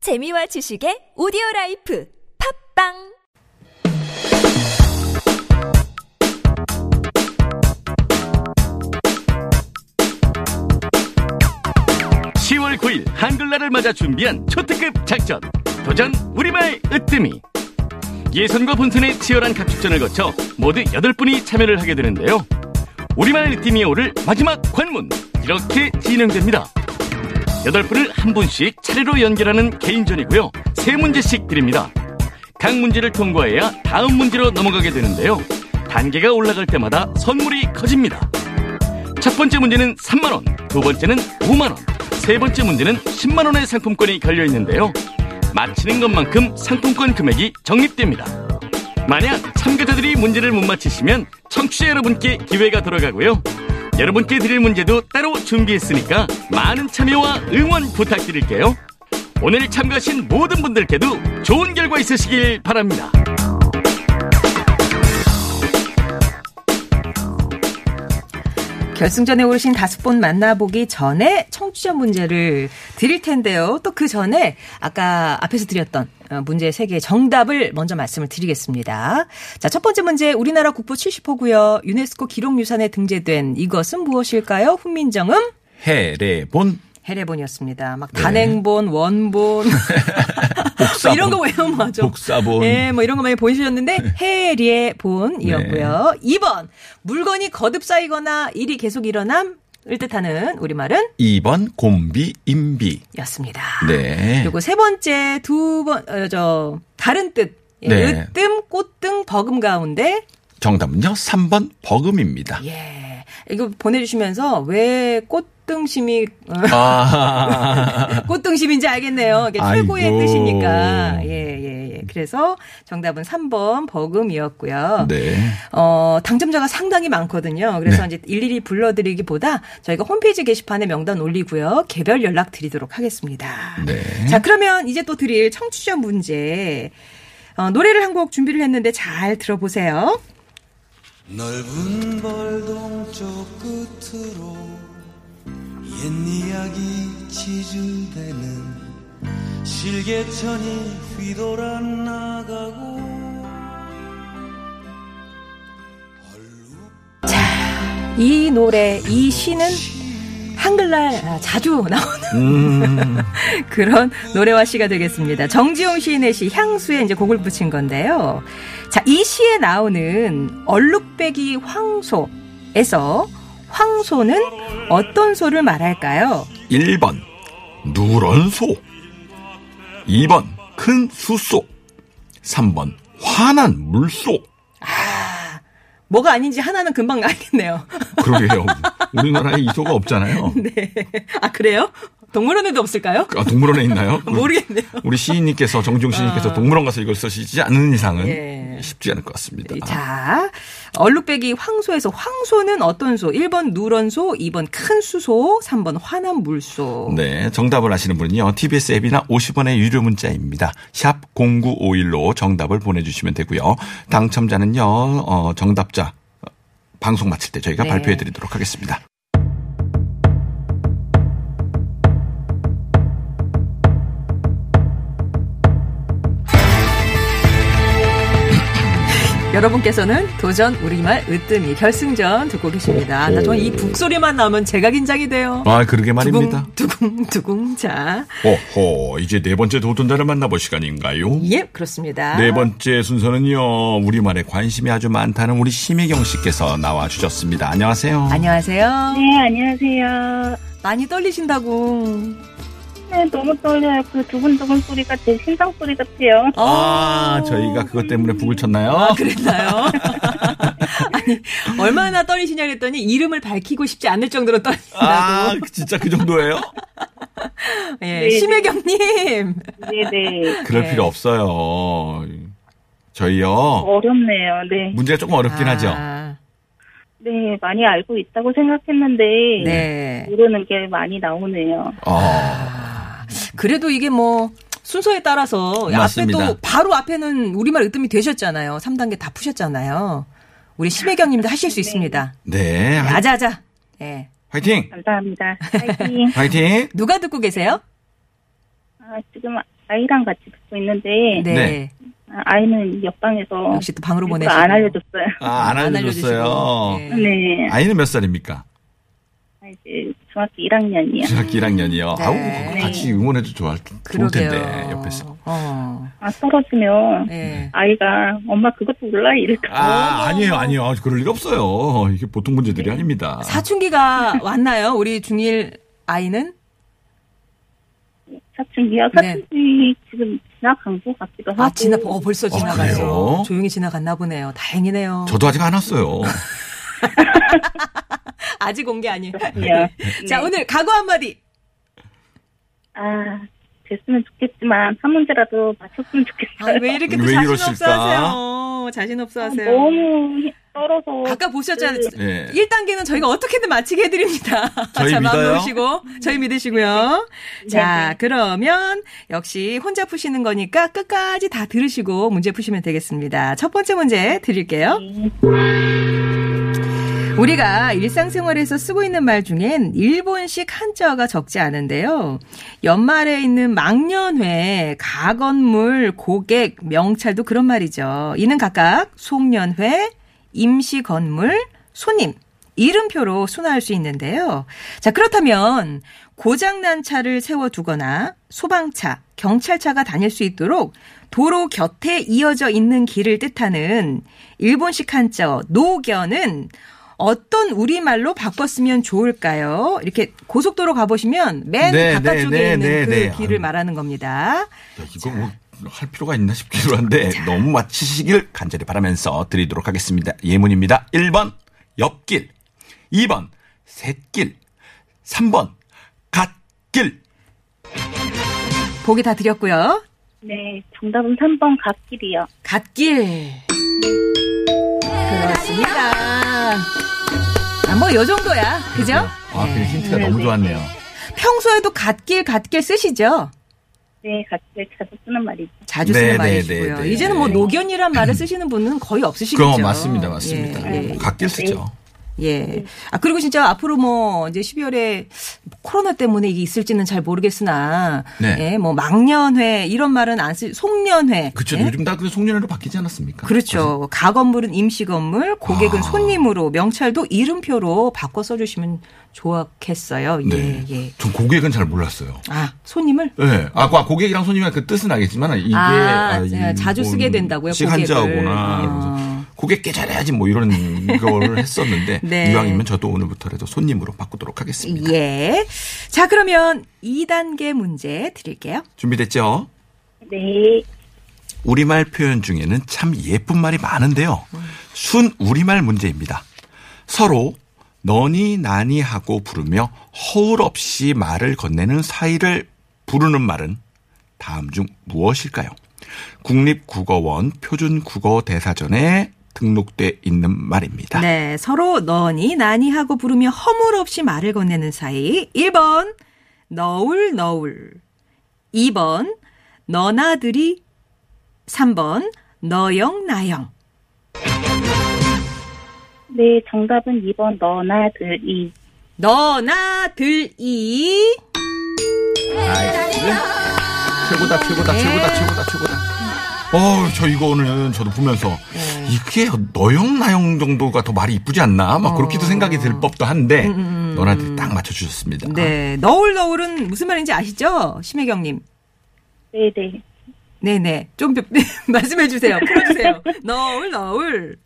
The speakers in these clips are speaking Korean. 재미와 지식의 오디오 라이프 팝빵 시 10월 9일 한글날을 맞아 준비한 초특급 작전 도전 우리말 으뜸이 예선과 본선의 치열한 각축전을 거쳐 모두 8분이 참여를 하게 되는데요 우리말 으뜸이 오를 마지막 관문 이렇게 진행됩니다 8분을 한 분씩 차례로 연결하는 개인전이고요 세문제씩 드립니다 각 문제를 통과해야 다음 문제로 넘어가게 되는데요 단계가 올라갈 때마다 선물이 커집니다 첫 번째 문제는 3만 원, 두 번째는 5만 원, 세 번째 문제는 10만 원의 상품권이 걸려 있는데요. 맞히는 것만큼 상품권 금액이 적립됩니다. 만약 참가자들이 문제를 못 맞히시면 청취자 여러분께 기회가 돌아가고요. 여러분께 드릴 문제도 따로 준비했으니까 많은 참여와 응원 부탁드릴게요. 오늘 참가하신 모든 분들께도 좋은 결과 있으시길 바랍니다. 결승전에 오르신 다섯 분 만나보기 전에 청취자 문제를 드릴 텐데요. 또 그 전에 아까 앞에서 드렸던 어, 문제 세 개의 정답을 먼저 말씀을 드리겠습니다. 자, 첫 번째 문제 우리나라 국보 70호고요. 유네스코 기록유산에 등재된 이것은 무엇일까요? 훈민정음 해레본 해례본이었습니다. 막 단행본, 원본 뭐 이런 거 외우면 하죠. 복사본. 네. 예, 뭐 이런 거 많이 보이셨는데 해례본이었고요. 2번 물건이 거듭 쌓이거나 일이 계속 일어남을 뜻하는 우리말은 2번 곰비 임비 였습니다. 네. 그리고 세 번째 어, 두번저 다른 뜻 예, 네. 으뜸, 꽃등, 버금 가운데 정답은요 3번 버금입니다. 예 이거 보내주시면서 왜 꽃등심이 어, 아. 꽃등심인지 알겠네요. 이게 최고의 아이고. 뜻이니까. 예, 예, 예. 그래서 정답은 3번 버금이었고요. 네. 어, 당첨자가 상당히 많거든요. 그래서 이제 일일이 불러드리기보다 저희가 홈페이지 게시판에 명단 올리고요. 개별 연락 드리도록 하겠습니다. 네. 자, 그러면 이제 또 드릴 청취자 문제. 어, 노래를 한 곡 준비를 했는데 잘 들어보세요. 넓은 벌동쪽 끝으로 옛 이야기 지줄대는 실개천이 휘돌아 나가고 이 노래, 이 시는 한글날 아, 자주 나오는 그런 노래와 시가 되겠습니다. 정지용 시인의 시 향수에 이제 곡을 붙인 건데요. 자, 이 시에 나오는 얼룩배기 황소에서 황소는 어떤 소를 말할까요? 1번 누런 소 2번 큰 수소 3번 환한 물소 뭐가 아닌지 하나는 금방 알겠네요. 그러게요. 우리나라에 이소가 없잖아요. 아, 그래요? 동물원에도 없을까요? 아, 동물원에 있나요? 모르겠네요. 아. 우리 시인님께서 정종 시인님께서 동물원 가서 이걸 쓰시지 않는 이상은 예. 쉽지 않을 것 같습니다. 자, 얼룩배기 황소에서 황소는 어떤 소? 1번 누런소, 2번 큰 수소, 3번 환한 물소. 네, 정답을 아시는 분은요. TBS 앱이나 50원의 유료 문자입니다. 샵 0951로 정답을 보내주시면 되고요. 당첨자는요. 어, 정답자 어, 방송 마칠 때 저희가 네. 발표해드리도록 하겠습니다. 여러분께서는 도전 우리말 으뜸이 결승전 듣고 계십니다. 나 저는 이 북소리만 나오면 제가 긴장이 돼요. 아, 그러게 말입니다. 두궁, 두궁, 두궁. 자, 오호, 이제 네 번째 도전자를 만나볼 시간인가요? 예, 그렇습니다. 네 번째 순서는요. 우리말에 관심이 아주 많다는 우리 심혜경 씨께서 나와주셨습니다. 안녕하세요. 안녕하세요. 네, 안녕하세요. 많이 떨리신다고. 네, 너무 떨려요. 그 두근두근 소리가 제 심장 소리 같아요. 아, 저희가 그것 때문에 북을 쳤나요? 아, 어, 그랬나요? 아니, 얼마나 떨리시냐 그랬더니 이름을 밝히고 싶지 않을 정도로 떨린다고. 아, 진짜 그 정도예요? 예, 네. 심혜경님. 네네. 그럴 네. 필요 없어요. 저희요. 어렵네요. 네. 문제가 조금 어렵긴 아, 하죠. 네, 많이 알고 있다고 생각했는데. 네. 모르는 게 많이 나오네요. 어, 그래도 이게 뭐 순서에 따라서 맞습니다. 앞에 또 바로 앞에는 우리말 으뜸이 되셨잖아요. 3단계 다 푸셨잖아요. 우리 심혜경님도 하실 수 있습니다. 네. 네, 화- 아자아자. 예. 화이팅! 감사합니다. 화이팅. 화이팅! 누가 듣고 계세요? 아, 지금 아이랑 같이 듣고 있는데 네. 네. 아, 아이는 옆방에서 역시 또 방으로 일부러 보내시고. 안 알려줬어요. 아, 안 안 알려줬어요. 알려주시고. 네. 네, 아이는 몇 살입니까? 아, 이제 중학교 1학년이요. 중학교 1학년이요. 네. 아우, 같이 응원해도 좋을, 좋을 그러게요. 텐데, 옆에서. 어. 아 떨어지면 네. 아이가 엄마 그것도 몰라 이럴까. 아, 아니에요, 아니에요. 아, 그럴 일 없어요. 이게 보통 문제들이 아닙니다. 네. 사춘기가 왔나요? 우리 중일 아이는? 사춘기야 네. 사춘기 지금 지나간 것 같기도 하고. 아, 지나, 어, 벌써 지나갔어. 그래요? 조용히 지나갔나 보네요. 다행이네요. 저도 아직 안 왔어요. 아직 온 게 아니에요. 그렇군요. 자, 네. 오늘 각오 한마디. 아 됐으면 좋겠지만 한 문제라도 맞췄으면 아, 좋겠어요. 왜 이렇게 또 왜 자신 이러실까? 없어 하세요? 자신 없어 하세요. 아, 너무 네. 힘- 떨어서 아까 보셨잖아요. 예. 1단계는 저희가 어떻게든 마치게 해드립니다. 저희 자, 마음 믿어요? 놓으시고, 저희 믿으시고요. 자, 그러면 역시 혼자 푸시는 거니까 끝까지 다 들으시고 문제 푸시면 되겠습니다. 첫 번째 문제 드릴게요. 우리가 일상생활에서 쓰고 있는 말 중엔 일본식 한자어가 적지 않은데요. 연말에 있는 망년회, 가건물, 고객, 명찰도 그런 말이죠. 이는 각각 송년회, 임시건물, 손님, 이름표로 순화할 수 있는데요. 자, 그렇다면 고장난 차를 세워두거나 소방차, 경찰차가 다닐 수 있도록 도로 곁에 이어져 있는 길을 뜻하는 일본식 한자어 노견은 어떤 우리말로 바꿨으면 좋을까요? 이렇게 고속도로 가보시면 맨 네, 바깥쪽에 네, 있는 네, 그 네. 길을 아유. 말하는 겁니다. 야, 이거 뭐 할 필요가 있나 싶기도 한데 너무 마치시길 간절히 바라면서 드리도록 하겠습니다. 예문입니다. 1번 옆길 2번 샛길 3번 갓길 보기 다 드렸고요. 네 정답은 3번 갓길이요. 갓길. 그렇습니다. 아, 뭐, 요 정도야. 그죠? 아, 그 힌트가 너무 좋았네요. 평소에도 갓길, 갓길 쓰시죠? 네 갓길 자주 쓰는 말이죠. 자주 네, 쓰는 네, 말이시고요. 네, 네. 이제는 뭐, 노견이란 말을 쓰시는 분은 거의 없으시겠죠? 그럼 맞습니다. 맞습니다. 예, 예, 뭐 갓길 쓰죠. 예. 아, 그리고 진짜 앞으로 뭐, 이제 12월에 코로나 때문에 이게 있을지는 잘 모르겠으나, 네. 예, 뭐, 망년회, 이런 말은 안 쓰, 송년회. 그렇죠. 예? 요즘 다그 송년회로 바뀌지 않았습니까? 그렇죠. 가건물은 임시건물, 고객은 아. 손님으로, 명찰도 이름표로 바꿔 써주시면 좋겠어요. 예, 네. 예. 전 고객은 잘 몰랐어요. 아, 손님을? 예. 아, 고- 고객이랑 손님이랑 그 뜻은 알겠지만 이게 아, 이 자, 자주 쓰게 된다고요, 식 고객을. 한자구나. 아. 고객 깨잘해야지 뭐 이런 거를 했었는데 네. 이왕이면 저도 오늘부터라도 손님으로 바꾸도록 하겠습니다. 예. 자, 그러면 2단계 문제 드릴게요. 준비됐죠? 네 우리말 표현 중에는 참 예쁜 말이 많은데요. 순 우리말 문제입니다. 서로 너니 나니 하고 부르며 허울 없이 말을 건네는 사이를 부르는 말은 다음 중 무엇일까요? 국립국어원 표준국어대사전에 등록돼 있는 말입니다. 네. 서로 너니 나니 하고 부르며 허물없이 말을 건네는 사이. 1번, 너울 너울. 2번, 너나들이. 3번, 너영 나영. 네, 정답은 2번 너나들이. 너나들이. 아, 최고다 최고다 네. 최고다 최고다 최고다. 어, 저 이거 오늘 저도 보면서 네. 이게 너영 나영 정도가 더 말이 이쁘지 않나 어. 막 그렇게도 생각이 들 법도 한데 너나들이 딱 맞춰 주셨습니다. 음, 네. 너울 너울은 무슨 말인지 아시죠? 심혜경 님. 네네. 네네. 좀 몇- 말씀해 주세요. 풀어주세요. 너울 너울.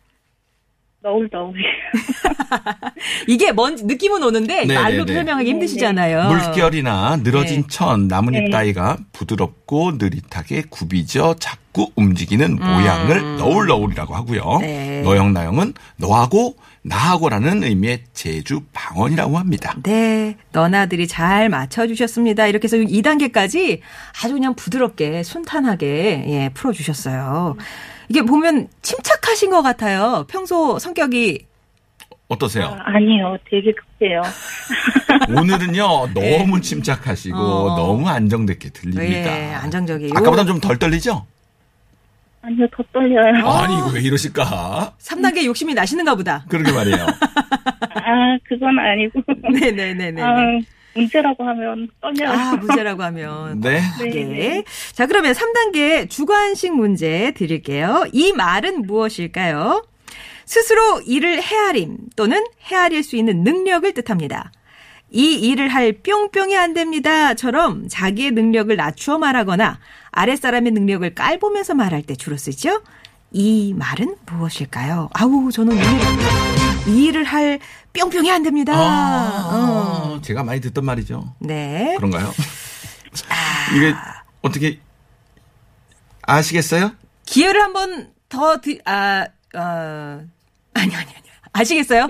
너울 너울. 이게 뭔지 느낌은 오는데 네네네. 네. 말로 설명하기 힘드시잖아요. 물결이나 늘어진 네. 천, 나뭇잎 네. 따위가 부드럽고 느릿하게 굽이져 자꾸 움직이는 모양을 너울너울이라고 하고요. 음. 네. 너영나영은 너하고 나하고라는 의미의 제주 방언이라고 합니다. 네, 너나들이 잘 맞춰주셨습니다. 이렇게 해서 2단계까지 아주 그냥 부드럽게, 순탄하게, 예, 풀어주셨어요. 이게 보면 침착하신 것 같아요. 평소 성격이. 어떠세요? 아, 아니요, 되게 급해요. 오늘은요 너무 침착하시고 네. 어. 너무 안정됐게 들립니다. 예, 안정적이에요. 아까보단 좀 덜 떨리죠? 아니요, 더 떨려요. 어. 아니 이거 왜 이러실까? 3단계 욕심이 나시는가 보다. 그러게 말이에요. 아, 그건 아니고. 네, 네네네네. 아, 문제라고 하면 떨려요. 아, 문제라고 하면. 네. 네, 네. 네. 자, 그러면 3단계 주관식 문제 드릴게요. 이 말은 무엇일까요? 스스로 일을 헤아림 또는 헤아릴 수 있는 능력을 뜻합니다. 이 일을 할 뿅뿅이 안 됩니다.처럼 자기의 능력을 낮추어 말하거나 아랫사람의 능력을 깔보면서 말할 때 주로 쓰죠. 이 말은 무엇일까요? 아우, 저는 오늘 이 일을 할 뿅뿅이 안 됩니다. 아, 어. 아, 제가 많이 듣던 말이죠. 네. 그런가요? 이게 어떻게 아시겠어요? 기회를 한 번 더 드, 아, 어, 아니, 아니, 아니. 아시겠어요?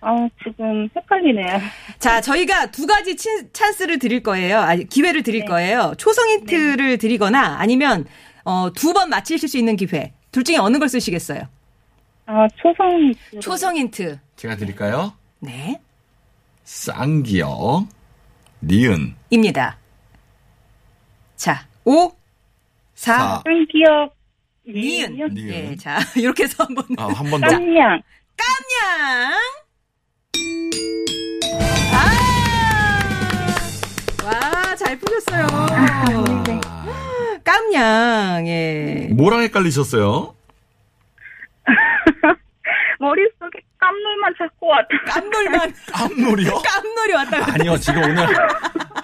아, 지금 헷갈리네요. 자, 저희가 두 가지 친- 찬스를 드릴 거예요. 아니, 기회를 드릴 거예요. 초성 힌트를 드리거나 아니면, 어, 두 번 맞히실 수 있는 기회. 둘 중에 어느 걸 쓰시겠어요? 아, 초성. 초성 힌트. 제가 드릴까요? 네. 쌍기역 니은 입니다. 자, 5, 4, 아. 사. 기억. 니은. 니은. 니은. 예, 자, 이렇게 해서 한번. 아, 한 번 더. 깜냥. 깜냥. 아! 와, 잘 푸셨어요. 아. 깜냥, 예. 뭐랑 헷갈리셨어요? 머릿속에 깜놀만 자꾸 왔다. 깜놀만, 앞놀이요? 깜놀이 왔다 갔다. 아니요, 지금 오늘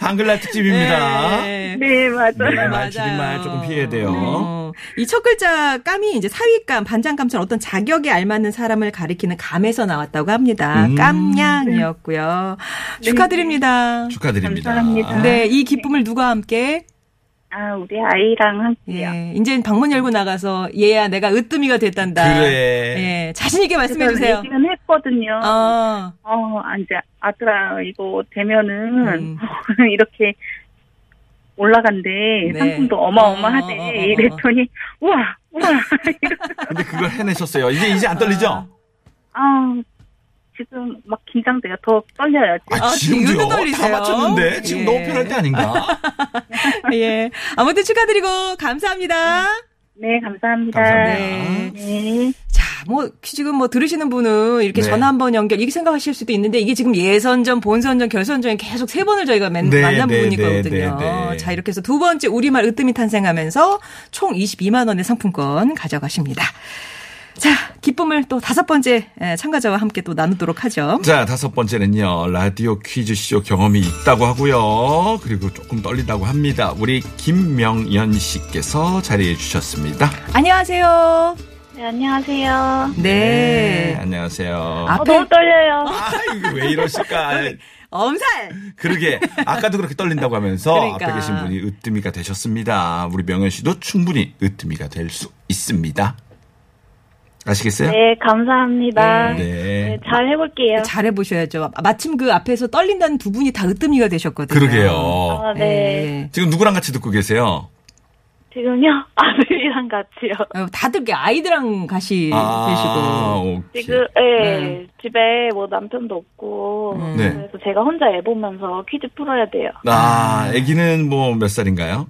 한글날 특집입니다. 예. 네, 맞아요. 말, 맞아요. 줄임말 조금 피해야 돼요. 어, 이첫 글자 깜이 이제 사위감, 반장감처럼 어떤 자격에 알맞는 사람을 가리키는 감에서 나왔다고 합니다. 음. 깜냥이었고요. 축하드립니다. 축하드립니다. 감사합니다. 네, 이 기쁨을 누가 함께? 아, 우리 아이랑 함께요. 예, 이젠 방문 열고 나가서 얘야 내가 으뜸이가 됐단다. 그래. 예, 자신 있게 말씀해 주세요. 얘기는 했거든요. 어, 어, 아, 이제 아들아 이거 되면은 음. 이렇게 올라간대. 네. 상품도 어, 어, 어, 어, 어. 어마어마하대. 이랬더니 우와 우와. 근데 그걸 해내셨어요. 이제 이제 안 떨리죠? 아 지금 막 긴장돼요. 더 떨려요. 지금. 아, 아, 지금도요? 지금도 떨리세요? 음. 다 맞췄는데 지금 예. 너무 편할 때 아닌가? 예. 아무튼 축하드리고 감사합니다. 네 감사합니다. 감사합니다. 네. 네. 자, 뭐 지금 뭐 들으시는 분은 이렇게 네. 전화 한 번 연결 이렇게 생각하실 수도 있는데 이게 지금 예선전, 본선전, 결선전에 계속 세 번을 저희가 맨, 네, 만난 네, 부분이거든요. 네, 네, 네. 자, 이렇게 해서 두 번째 우리말 으뜸이 탄생하면서 총 22만 원의 상품권 가져가십니다. 자, 기쁨을 또 다섯 번째 예, 참가자와 함께 또 나누도록 하죠. 자, 다섯 번째는요. 라디오 퀴즈쇼 경험이 있다고 하고요. 그리고 조금 떨린다고 합니다. 우리 김명연 씨께서 자리해 주셨습니다. 안녕하세요. 네, 안녕하세요. 네, 네. 안녕하세요. 아, 어, 너무 떨려요. 아, 이거 왜 이러실까? 엄살. 그러게 아까도 그렇게 떨린다고 하면서 그러니까. 앞에 계신 분이 으뜸이가 되셨습니다. 우리 명현 씨도 충분히 으뜸이가 될 수 있습니다. 아시겠어요? 네 감사합니다. 네. 네. 잘 해볼게요. 잘해 보셔야죠. 마침 그 앞에서 떨린다는 두 분이 다 으뜸이가 되셨거든요. 그러게요. 아, 네. 예. 지금 누구랑 같이 듣고 계세요? 지금요 아들이랑 같이요. 어, 다들 게 아이들랑 같이 네. 예, 아, 계시고. 오케이. 지금 예 네. 집에 뭐 남편도 없고 음. 네. 그래서 제가 혼자 애 보면서 퀴즈 풀어야 돼요. 아, 아기는 뭐 몇 살인가요?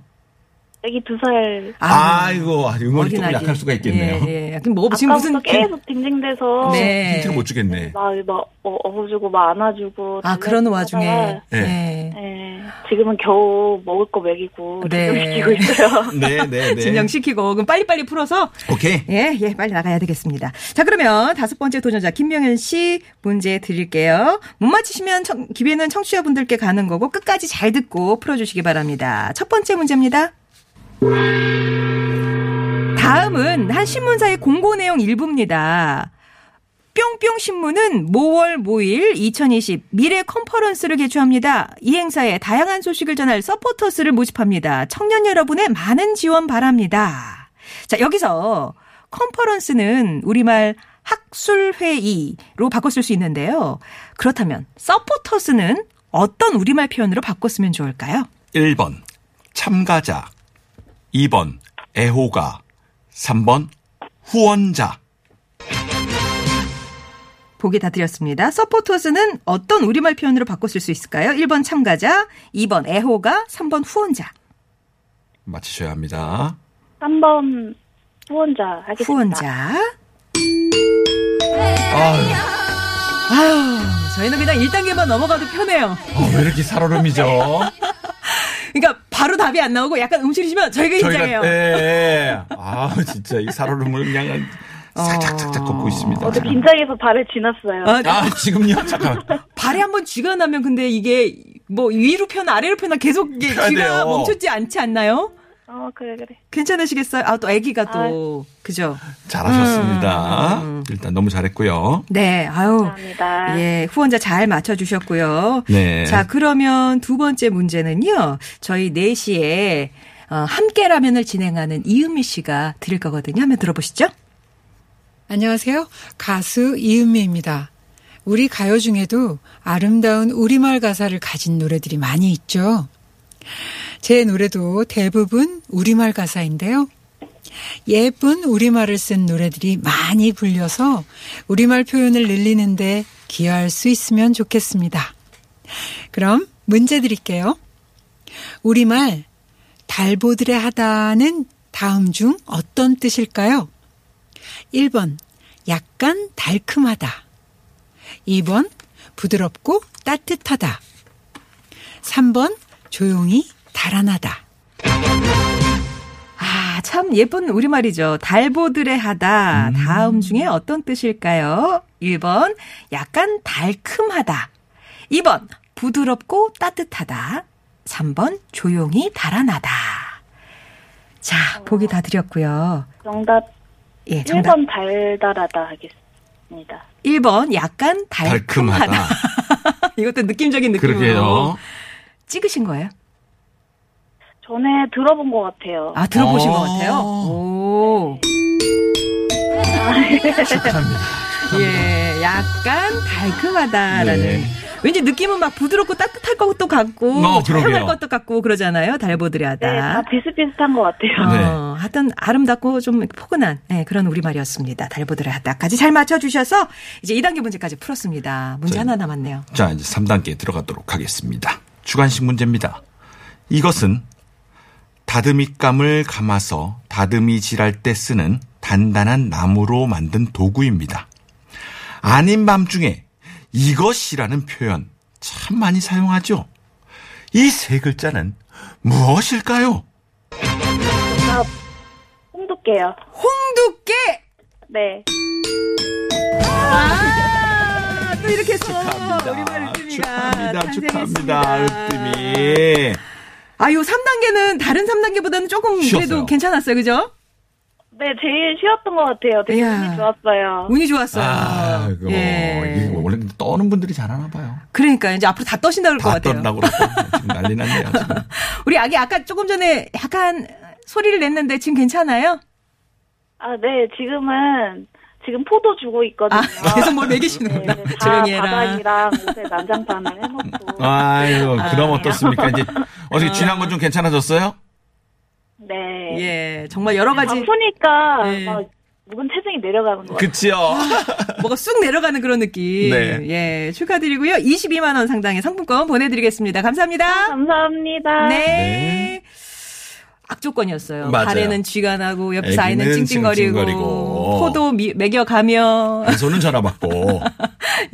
애기 두 살 아, 이고 응원이 조금 어린아기. 약할 수가 있겠네요. 예, 예. 근데 뭐 지금 아까부터 무슨 계속 빙빙대서 네. 힌트를 못 주겠네. 막, 막 어, 어부주고 막 안아주고 아, 그러는 와중에. 하다가, 예. 예. 예, 지금은 겨우 먹을 거 먹이고 네. 진정시키고 있어요. 네, 네, 네. 진정시키고 그럼 빨리빨리 풀어서 오케이. 예, 예, 빨리 나가야 되겠습니다. 자, 그러면 다섯 번째 도전자 김명현 씨 문제 드릴게요. 못 맞히시면 청- 기회는 청취자분들께 가는 거고 끝까지 잘 듣고 풀어주시기 바랍니다. 첫 번째 문제입니다. 다음은 한 신문사의 공고 내용 일부입니다. 뿅뿅 신문은 모월 모일 2020 미래 컨퍼런스를 개최합니다. 이 행사에 다양한 소식을 전할 서포터스를 모집합니다. 청년 여러분의 많은 지원 바랍니다. 자, 여기서 컨퍼런스는 우리말 학술회의로 바꿨을 수 있는데요. 그렇다면 서포터스는 어떤 우리말 표현으로 바꿨으면 좋을까요? 1번 참가자 2번 애호가 3번 후원자 보기 다 드렸습니다. 서포터스는 어떤 우리말 표현으로 바꿨을 수 있을까요? 1번 참가자, 2번 애호가, 3번 후원자. 맞히셔야 합니다. 3번 후원자 하겠습니다. 후원자. 아유, 아유, 저희는 그냥 1단계만 넘어가도 편해요. 어, 왜 이렇게 살얼음이죠? 그러니까 바로 답이 안 나오고 약간 움츠리시면 저희가 인정해요. 예, 예. 아, 진짜 이 살얼음을 그냥 어. 살짝살짝 걷고 있습니다. 저도 긴장해서 발을 지났어요. 어, 아, 지금요? 잠깐만. 발에 한번 쥐가 나면 근데 이게 뭐 위로 펴나 아래로 펴나 계속 이게 펴야 쥐가 돼요. 멈췄지 않지 않나요? 어, 그래, 그래. 괜찮으시겠어요? 아, 또 아기가 또. 그죠? 잘하셨습니다. 음. 일단 너무 잘했고요. 네, 아유. 감사합니다. 예, 후원자 잘 맞춰주셨고요. 네. 자, 그러면 두 번째 문제는요. 저희 4시에 어, 함께 라면을 진행하는 이은미 씨가 드릴 거거든요. 한번 들어보시죠. 안녕하세요. 가수 이은미입니다. 우리 가요 중에도 아름다운 우리말 가사를 가진 노래들이 많이 있죠. 제 노래도 대부분 우리말 가사인데요. 예쁜 우리말을 쓴 노래들이 많이 불려서 우리말 표현을 늘리는데 기여할 수 있으면 좋겠습니다. 그럼 문제 드릴게요. 우리말 달보드레 하다는 다음 중 어떤 뜻일까요? 1번 약간 달큼하다 2번 부드럽고 따뜻하다 3번 조용히 달아나다 아, 참 예쁜 우리말이죠. 달보드레 하다. 다음 중에 어떤 뜻일까요? 1번, 약간 달큼하다. 2번, 부드럽고 따뜻하다. 3번, 조용히 달아나다. 자, 보기 다 드렸고요. 정답 예, 정답. 1번 달달하다 하겠습니다. 1번, 약간 달큼하다. 달큼하다. 이것도 느낌적인 느낌으로 그러게요. 찍으신 거예요? 전에 들어본 것 같아요. 아, 들어보신 어. 것 같아요? 오. 예, 약간 달큼하다라는. 네. 왠지 느낌은 막 부드럽고 따뜻할 것도 같고, 어, 할 그러게요. 것도 같고 그러잖아요. 달보드레하다. 네, 다 비슷비슷한 것 같아요. 네. 어, 하여튼 아름답고 좀 포근한 네, 그런 우리말이었습니다. 달보드레하다까지 잘 맞춰주셔서 이제 2단계 문제까지 풀었습니다. 문제 네. 하나 남았네요. 자, 이제 3단계 들어가도록 하겠습니다. 주관식 문제입니다. 이것은 다듬이감을 감아서 다듬이질할 때 쓰는 단단한 나무로 만든 도구입니다. 아닌 밤중에 이것이라는 표현 참 많이 사용하죠. 이 세 글자는 무엇일까요? 홍두깨요. 홍두깨! 네. 아, 또 이렇게 해서 우리말 으뜸이가 아, 축하합니다. 축하합니다. 탄생했습니다. 으뜸이. 아, 요 3단계는 다른 3단계보다는 조금 쉬웠어요. 그래도 괜찮았어요. 그죠? 네, 제일 쉬웠던 것 같아요. 되게 이야. 운이 좋았어요. 운이 좋았어요. 아, 이거 예. 이거 원래 떠는 분들이 잘하나 봐요. 그러니까 이제 앞으로 다 떠신다 그럴 것 뭐. 다 같아요. 떴다고 그러고 지금 난리 났네요. 지금. 우리 아기 아까 조금 전에 약간 소리를 냈는데 지금 괜찮아요? 아, 네, 지금은, 지금 포도 주고 있거든요. 아, 계속 뭘 먹이시는구나. 네, 다 조용히 해라. 어. 바닥이랑 옷에 난장판을 해놓고. 아유, 그럼 어떻습니까? 이제 어떻게 아. 지난 건 좀 괜찮아졌어요? 네. 예, 정말 여러 가지 바쁘니까 예. 막 묵은 체중이 내려가는 것 같아요. 그치요. 뭐가 쑥 내려가는 그런 느낌. 네. 예, 축하드리고요. 22만 원 상당의 상품권 보내드리겠습니다. 감사합니다. 감사합니다. 네. 악조건이었어요. 맞아요. 발에는 쥐가 나고 옆 애기는 사이는 찡찡거리고, 찡찡거리고. 포도 미- 먹여가며 한 손은 전화 받고.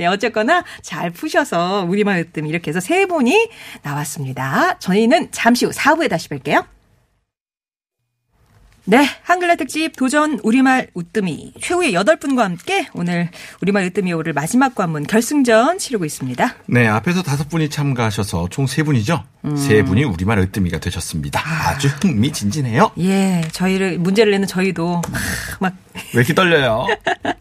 예, 어쨌거나 잘 푸셔서 우리말 으뜸 이렇게 해서 세 분이 나왔습니다. 저희는 잠시 후 4부에 다시 뵐게요. 네. 한글날 특집 도전 우리말 으뜸이 최후의 여덟 분과 함께 오늘 우리말 으뜸이 오를 마지막 관문 결승전 치르고 있습니다. 네, 앞에서 다섯 분이 참가하셔서 총 세 분이죠? 음. 세 분이 우리말 으뜸이가 되셨습니다. 아주 흥미진진해요. 예. 저희를, 문제를 내는 저희도 막, 왜 이렇게 떨려요? 막.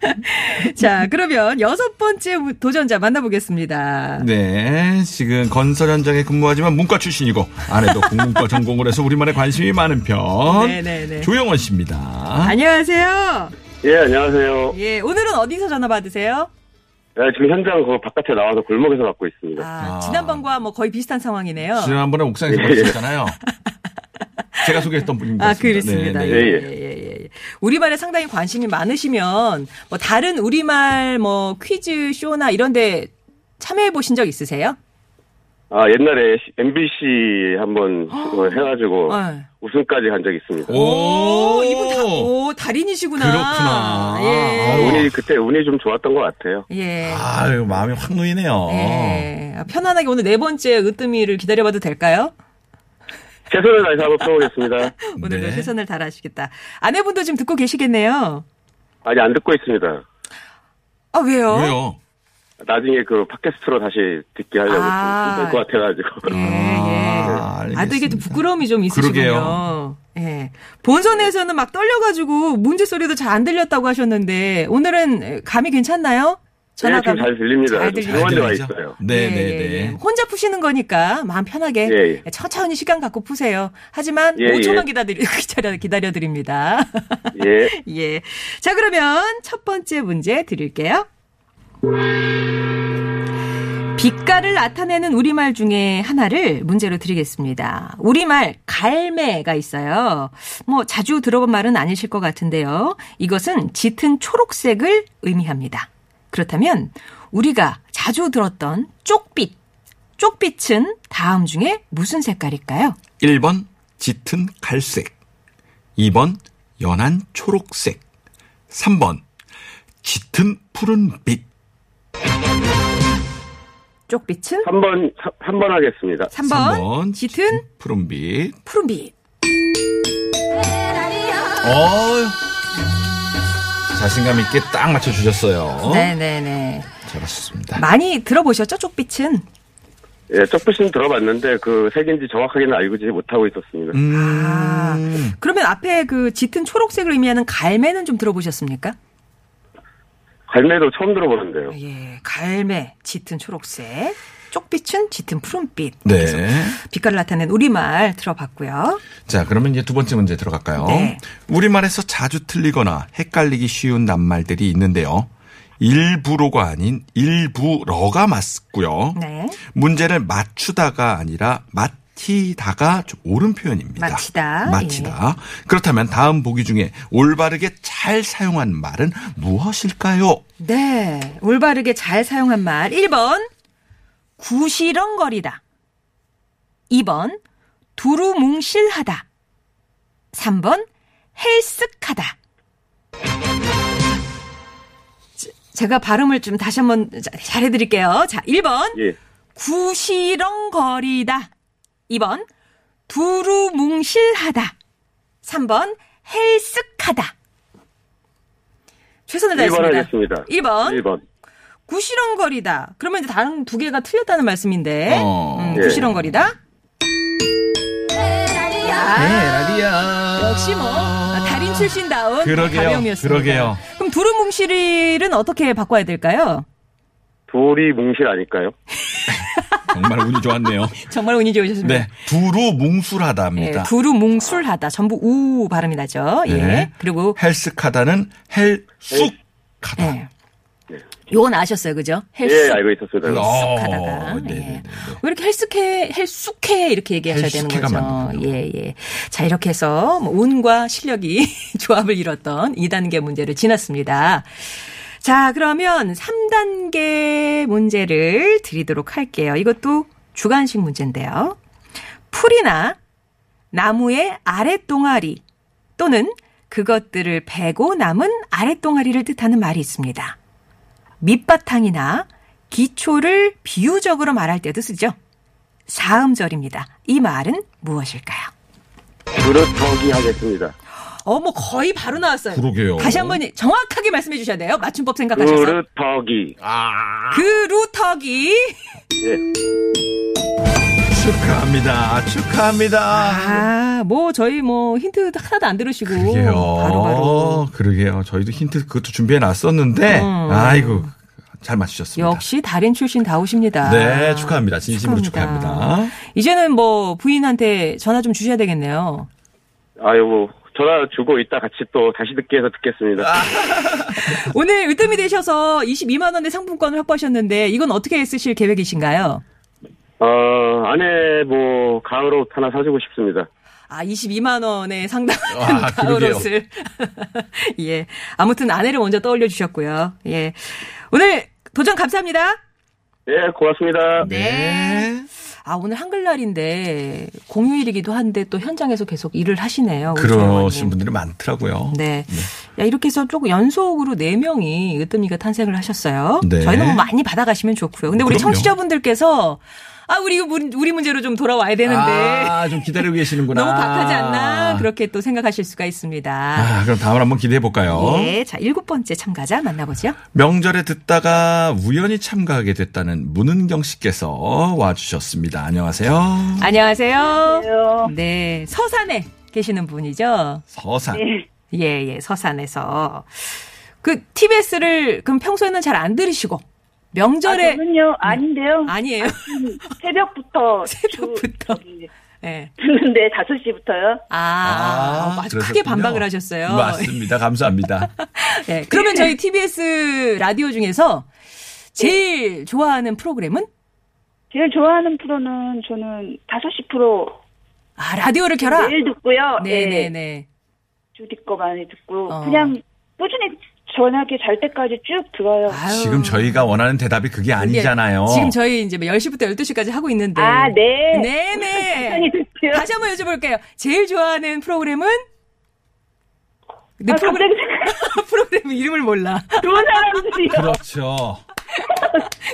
자, 그러면 여섯 번째 도전자 만나보겠습니다. 네, 지금 건설 현장에 근무하지만 문과 출신이고 아내도 국문과 전공을 해서 우리말에 관심이 많은 편. 네네네. 조영원 씨입니다. 안녕하세요. 예, 안녕하세요. 예. 오늘은 어디서 전화 받으세요? 네, 지금 현장 그 바깥에 나와서 골목에서 받고 있습니다. 아, 아. 지난번과 뭐 거의 비슷한 상황이네요. 지난번에 옥상에서 예, 예. 만났잖아요. 제가 소개했던 분인 것 아, 같습니다. 그렇습니다. 네, 예, 네. 예, 예, 예, 예. 우리말에 상당히 관심이 많으시면 뭐 다른 우리말 뭐 퀴즈 쇼나 이런 데 참여해 보신 적 있으세요? 아, 옛날에 MBC 한번 그걸 해가지고 네. 우승까지 간 적이 있습니다. 오, 이분 다, 오, 달인이시구나. 그렇구나. 예. 운이, 그때 운이 좀 좋았던 것 같아요. 예. 아유, 마음이 확 놓이네요. 예. 아, 편안하게 오늘 네 번째 으뜸이를 기다려봐도 될까요? 최선을 다해서 한번 풀어보겠습니다. 오늘도 네. 최선을 다하시겠다. 아내분도 지금 듣고 계시겠네요. 아니, 안 듣고 있습니다. 아, 왜요? 왜요? 나중에 그 팟캐스트로 다시 듣게 하려고 아. 될 것 같아가지고. 예, 예. 아, 아, 또 이게 또 알겠습니다. 부끄러움이 좀 있으시군요. 그러게요. 예. 본선에서는 막 떨려가지고 문제 소리도 잘 안 들렸다고 하셨는데 오늘은 감이 괜찮나요? 예, 전화가 지금 잘 들립니다. 잘 지금 들리죠. 병원에 와 들리죠? 있어요. 네, 네, 예, 예, 예. 네. 혼자 푸시는 거니까 마음 편하게 예, 천천히 시간 갖고 푸세요. 하지만 예, 5초만 예. 기다리, 기다려, 기다려드립니다. 예. 예. 자, 그러면 첫 번째 문제 드릴게요. 빛깔을 나타내는 우리말 중에 하나를 문제로 드리겠습니다. 우리말 갈매가 있어요. 뭐 자주 들어본 말은 아니실 것 같은데요. 이것은 짙은 초록색을 의미합니다. 그렇다면 우리가 자주 들었던 쪽빛. 쪽빛은 다음 중에 무슨 색깔일까요? 1번 짙은 갈색, 2번 연한 초록색, 3번 짙은 푸른 빛. 쪽빛은 3번, 3번 하겠습니다. 3번, 3번 짙은 푸른 빛. 푸른빛. 어. 자신감 있게 딱 맞춰 주셨어요. 네네네. 잘하셨습니다. 많이 들어보셨죠? 쪽빛은? 예, 쪽부신 들어봤는데 그 색인지 정확하게는 알고지 못하고 있었습니다. 음, 아, 그러면 앞에 그 짙은 초록색을 의미하는 갈매는 좀 들어보셨습니까? 갈매도 처음 들어보는데요. 예, 갈매, 짙은 초록색, 쪽빛은 짙은 푸른빛. 네. 빛깔을 나타낸 우리말 들어봤고요. 자, 그러면 이제 두 번째 문제 들어갈까요? 네. 우리말에서 자주 틀리거나 헷갈리기 쉬운 낱말들이 있는데요. 일부로가 아닌 일부러가 맞고요. 네. 문제를 맞추다가 아니라 맞히다가 좀 옳은 표현입니다. 맞히다. 예. 맞히다. 그렇다면 다음 보기 중에 올바르게 잘 사용한 말은 무엇일까요? 네. 올바르게 잘 사용한 말. 1번, 구시렁거리다. 2번, 두루뭉실하다. 3번, 헬쓱하다. 제- 제가 발음을 좀 다시 한번 자- 잘해드릴게요. 자, 1번, 예. 구시렁거리다. 2번, 두루뭉실하다. 3번, 헬쓱하다. 최선을 1번 다했습니다. 하겠습니다. 1번. 1번. 구시렁거리다. 그러면 이제 다른 두 개가 틀렸다는 말씀인데. 어. 음, 예. 구시렁거리다. 라디야. 역시 뭐 아, 달인 출신다운 그러게요. 가명이었습니다. 그러게요. 그럼 두루뭉실은 어떻게 바꿔야 될까요? 돌이 뭉실 아닐까요? 정말 운이 좋았네요. 정말 운이 좋으셨습니다. 네. 두루 뭉술하다입니다. 예, 두루뭉술하다. 전부 우 발음이 나죠. 예. 네. 그리고 헬스카다는 헬쑥하다. 예. 요건 아셨어요, 그죠? 헬스. 예, 알고 네. 있었습니다. 어, 하다가 네, 네, 네, 예. 네. 왜 이렇게 헬스케 헬쑥해 이렇게 얘기하셔야 되는 헬쑥해가 거죠. 맞는군요. 예예. 자 이렇게 해서 뭐 운과 실력이 조합을 이뤘던 2단계 문제를 지났습니다. 자 그러면 3단계 문제를 드리도록 할게요. 이것도 주관식 문제인데요. 풀이나 나무의 아랫동아리 또는 그것들을 베고 남은 아랫동아리를 뜻하는 말이 있습니다. 밑바탕이나 기초를 비유적으로 말할 때도 쓰죠. 사음절입니다. 이 말은 무엇일까요? 그릇터기 하겠습니다. 어, 뭐 거의 바로 나왔어요. 그러게요. 다시 한번 정확하게 말씀해 주셔야 돼요. 맞춤법 생각하셔서. 그릇터기. 그루터기. 축하합니다. 축하합니다. 네. 아, 뭐 저희 뭐 힌트 하나도 안 들으시고 그러게요. 바로 바로. 그러게요. 저희도 힌트 그것도 준비해 놨었는데, 음. 아이고, 잘 맞추셨습니다. 역시 달인 출신 다우십니다. 네, 축하합니다. 진심으로 축하합니다. 이제는 뭐 부인한테 전화 좀 주셔야 되겠네요. 아이고, 뭐, 전화 주고 이따 같이 또 다시 듣기 해서 듣겠습니다. 오늘 으뜸이 되셔서 22만 원의 상품권을 확보하셨는데 이건 어떻게 쓰실 계획이신가요? 아. 어, 아내 뭐, 가을 옷 하나 사주고 싶습니다. 아, 22만 원에 상당한 아, 그러게요. 가을옷을. 예. 아무튼 아내를 먼저 떠올려 주셨고요. 예. 오늘 도전 감사합니다. 네. 예, 고맙습니다. 네. 아, 오늘 한글날인데 공휴일이기도 한데 또 현장에서 계속 일을 하시네요. 우리 그러신 조영원님. 분들이 많더라고요. 네. 야, 이렇게 해서 조금 연속으로 네명이 으뜸이가 탄생을 하셨어요. 네. 저희는 뭐 많이 받아가시면 좋고요. 근데 우리 그럼요. 청취자분들께서 아, 우리 이거 문- 우리 문제로 좀 돌아와야 되는데. 아, 좀 기다리고 계시는구나. 네. 너무 박하지 않나? 그렇게 또 생각하실 수가 있습니다. 아, 그럼 다음을 한번 기대해 볼까요? 예. 자, 일곱 번째 참가자 만나보죠. 명절에 듣다가 우연히 참가하게 됐다는 문은경 씨께서 와주셨습니다. 아, 안녕하세요. 안녕하세요. 안녕하세요. 네. 서산에 계시는 분이죠. 서산. 예, 예. 서산에서. 그 TBS를 그럼 평소에는 잘 안 들으시고 명절에 아, 네. 저는요 아닌데요. 아니에요. 새벽부터 새벽부터. 주- 예. 듣는데 5시부터요. 아, 아, 주 크게 그러셨군요. 반박을 하셨어요. 맞습니다. 감사합니다. 예. 그러면 저희 TBS 라디오 중에서 제일 좋아하는 프로그램은 제일 좋아하는 프로는 저는 5시 프로 아, 라디오를 켜라. 매일 듣고요. 네, 예, 네, 네. 주디 거 많이 듣고 어. 그냥 꾸준히 저녁에 잘 때까지 쭉 들어요. 아유. 지금 저희가 원하는 대답이 그게 아니잖아요. 예, 지금 저희 이제 뭐 10시부터 12시까지 하고 있는데. 아, 네. 네네. 듣죠. 다시 한번 여쭤볼게요. 제일 좋아하는 프로그램은? 근데 아, 프로그램, 갑자기 생각- 프로그램 이름을 몰라. 좋은 사람들이요. 그렇죠.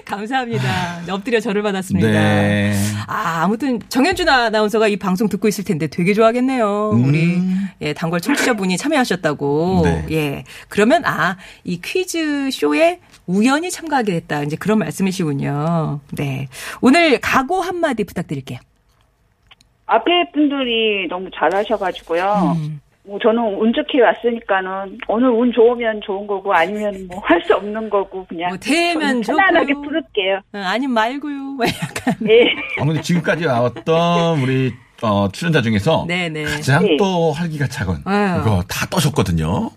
감사합니다. 엎드려 절을 받았습니다. 네. 아, 아무튼 정현준 아나운서가 이 방송 듣고 있을 텐데 되게 좋아하겠네요. 우리 예, 단골 청취자분이 참여하셨다고. 음. 네. 예. 그러면 아, 이 퀴즈 쇼에 우연히 참가하게 됐다. 이제 그런 말씀이시군요. 네. 오늘 각오 한 마디 부탁드릴게요. 앞에 분들이 너무 잘하셔가지고요. 음. 뭐 저는 운 좋게 왔으니까는 오늘 운 좋으면 좋은 거고 아니면 뭐 할 수 없는 거고 그냥 뭐 되면 저는 편안하게 좋고요. 부를게요. 어, 아님 말고요. 약간 예. 아무튼 지금까지 나왔던 우리 어, 출연자 중에서 네네. 가장 네. 또 활기가 차은 아유. 그거 다 떠셨거든요.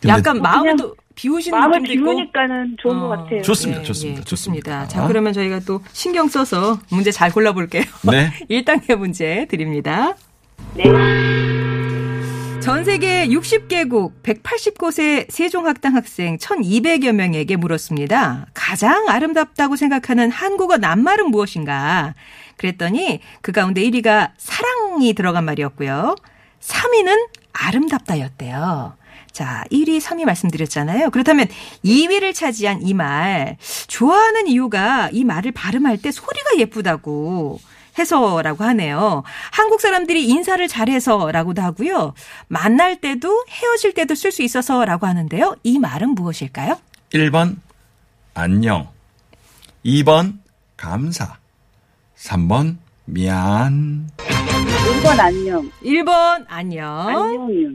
근데 약간 마음을 또 비우시는 마음을 느낌도 있고. 비우니까는 좋은 것 어. 같아요. 좋습니다, 예, 좋습니다, 예, 좋습니다. 자, 그러면 저희가 또 신경 써서 문제 잘 골라볼게요. 네. 1단계 문제 드립니다. 네. 전 세계 60개국 180곳의 세종학당 학생 1200여 명에게 물었습니다. 가장 아름답다고 생각하는 한국어 낱말은 무엇인가? 그랬더니 그 가운데 1위가 사랑이 들어간 말이었고요. 3위는 아름답다였대요. 자, 1위, 3위 말씀드렸잖아요. 그렇다면 2위를 차지한 이 말. 좋아하는 이유가 이 말을 발음할 때 소리가 예쁘다고 해서라고 하네요. 한국 사람들이 인사를 잘해서라고도 하고요. 만날 때도 헤어질 때도 쓸 수 있어서라고 하는데요. 이 말은 무엇일까요? 1번 안녕. 2번 감사. 3번 미안. 1번 안녕. 1번 안녕. 안녕이요.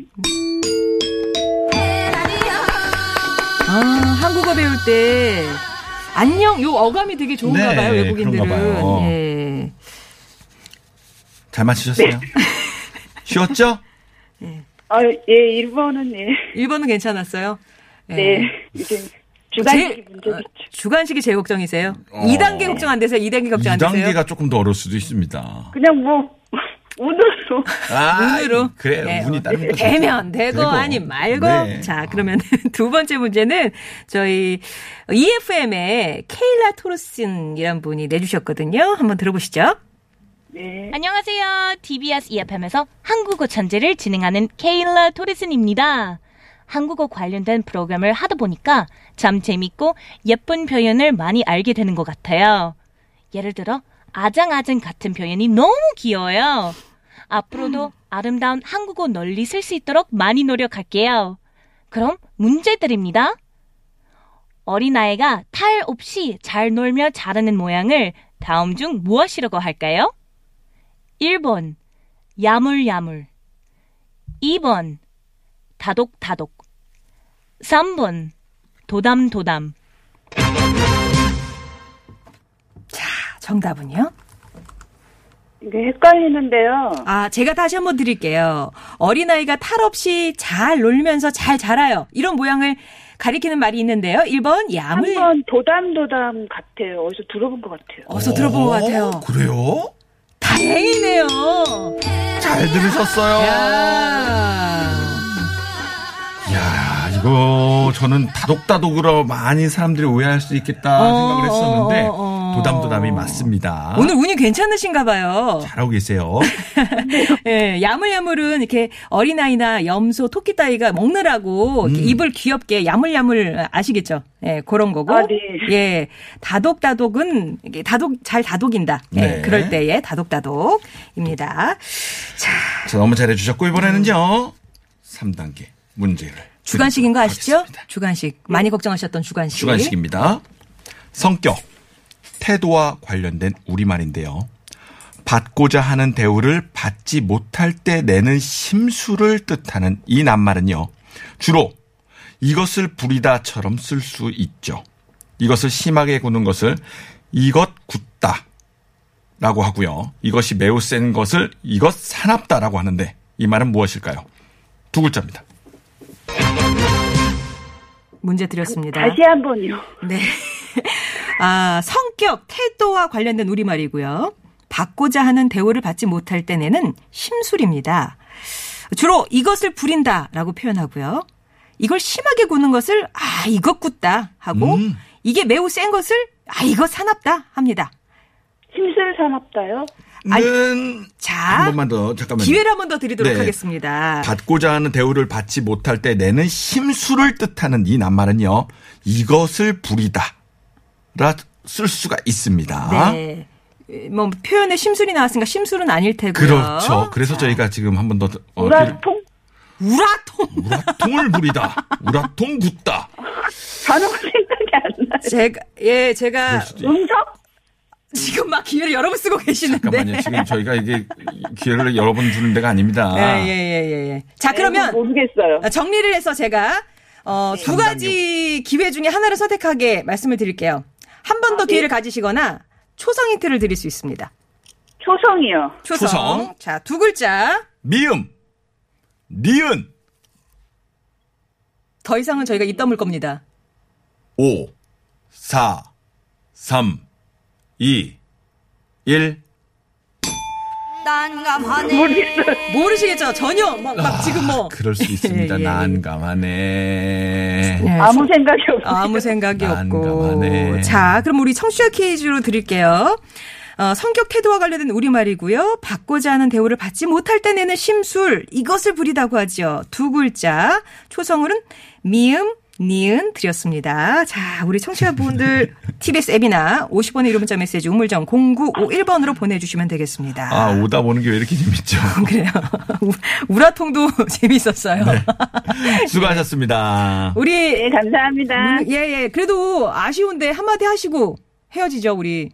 아, 한국어 배울 때 안녕 요 어감이 되게 좋은가 네, 봐요. 외국인들은. 그런가 봐요. 예. 잘 네. 맞히셨어요? 쉬웠죠? 아, 예, 1번은 예. 1번은 괜찮았어요. 예. 네. 이게 제일- 아, 어. 주관식이 문제겠죠. 주간식이 제일 걱정이세요. 2단계 걱정 안 되세요? 2단계 걱정 안 되세요? 어. 2단계가 조금 더 어려울 수도 있습니다. 그냥 뭐 운으로 아, 운으로. 그래요. 예, 운이 따른 거죠. 되면 되고, 아니 말고 네. 자 그러면 두 번째 문제는 저희 EFM의 케일라 토르슨이란 분이 내주셨거든요. 한번 들어보시죠. 네. 안녕하세요. DBS EFM에서 한국어 전제를 진행하는 케일라 토리슨입니다. 한국어 관련된 프로그램을 하다 보니까 참 재밌고 예쁜 표현을 많이 알게 되는 것 같아요. 예를 들어 아장아장 같은 표현이 너무 귀여워요. 앞으로도 아름다운 한국어 널리 쓸 수 있도록 많이 노력할게요. 그럼 문제 드립니다. 어린아이가 탈 없이 잘 놀며 자라는 모양을 다음 중 무엇이라고 할까요? 1번 야물야물 2번 다독다독 3번 도담도담 정답은요? 이게 헷갈리는데요. 아 제가 다시 한번 드릴게요. 어린 아이가 탈 없이 잘 놀면서 잘 자라요. 이런 모양을 가리키는 말이 있는데요. 1번 야물. 한번 도담도담 같아요. 어디서 들어본 것 같아요. 어서 들어본 것 같아요. 어, 그래요? 다행이네요. 잘 들으셨어요. 야. 야 이거 저는 다독다독으로 많이 사람들이 오해할 수 있겠다 어, 생각을 어, 했었는데 어, 어. 도담도담이 맞습니다. 오늘 운이 괜찮으신가 봐요. 잘하고 계세요. 예, 야물야물은 이렇게 어린아이나 염소, 토끼 따위가 먹느라고 이렇게 음. 입을 귀엽게 야물야물 아시겠죠? 예, 그런 거고. 아, 네. 예, 다독다독은 이게 다독 잘 다독인다. 예, 네. 그럴 때의 다독다독입니다. 자, 너무 잘해주셨고, 이번에는요. 3단계 문제를. 주간식인 거 아시죠? 드리도록 하겠습니다. 주간식 많이 걱정하셨던 주간식. 주간식입니다. 성격, 태도와 관련된 우리말인데요. 받고자 하는 대우를 받지 못할 때 내는 심수를 뜻하는 이 낱말은요. 주로 이것을 부리다처럼 쓸 수 있죠. 이것을 심하게 구는 것을 이것 굳다 라고 하고요. 이것이 매우 센 것을 이것 사납다라고 하는데 이 말은 무엇일까요? 두 글자입니다. 문제 드렸습니다. 아, 다시 한 번요. 네. 아, 성격, 태도와 관련된 우리말이고요. 받고자 하는 대우를 받지 못할 때 내는 심술입니다. 주로 이것을 부린다라고 표현하고요. 이걸 심하게 구는 것을 아, 이것 굳다 하고 음. 이게 매우 센 것을 아, 이거 사납다 합니다. 힘쓸 산업다요. 어, 아니, 는 한 자, 번만 더 잠깐만요. 아, 기회를 한 번 더 드리도록 네. 하겠습니다. 받고자 하는 대우를 받지 못할 때 내는 심수를 뜻하는 이 낱말은요. 이것을 부리다. 라쓸 수가 있습니다. 네. 뭐 표현에 심술이 나왔으니까 심술은 아닐 테고요. 그렇죠. 그래서 저희가 지금 한 번 더 어, 우라통 우라통 우라통을 부리다. 우라통 굳다. 단어가 생각이 안 나. 제가 예 제가 네. 음석? 지금 막 기회를 여러 번 쓰고 계시는데. 그러니까 잠깐만요. 지금 저희가 이게 기회를 여러 번 주는 데가 아닙니다. 예, 예, 예, 예, 예. 자, 그러면 네, 모르겠어요. 정리를 해서 제가 어, 두 삼단육. 가지 기회 중에 하나를 선택하게 말씀을 드릴게요. 한 번 더 기회를 가지시거나 초성 힌트를 드릴 수 있습니다. 초성이요. 초성. 초성. 자, 두 글자. 미음. 니은. 더 이상은 저희가 입 다물 겁니다. 5, 4, 3, 2, 1. 모르시겠죠? 전혀 막, 막 지금 뭐 아, 그럴 수 있습니다. 예, 예, 예. 난감하네. 예, 아무 생각이 없어요. 아무 생각이 없고. 난감하네. 자, 그럼 우리 청취자 퀴즈로 드릴게요. 어, 성격 태도와 관련된 우리말이고요. 받고자 하는 대우를 받지 못할 때 내는 심술. 이것을 부리다고 하죠. 두 글자. 초성으로는 미음, 니은 드렸습니다. 자, 우리 청취자분들 TBS 앱이나 50번의 이름 문자 메시지 우물정 0951번으로 보내주시면 되겠습니다. 아, 오다 보는 게 왜 이렇게 재밌죠? 그래요. 우- 우라통도 재밌었어요. 네. 수고하셨습니다. 우리 네, 감사합니다. 예, 예. 그래도 아쉬운데 한마디 하시고 헤어지죠, 우리.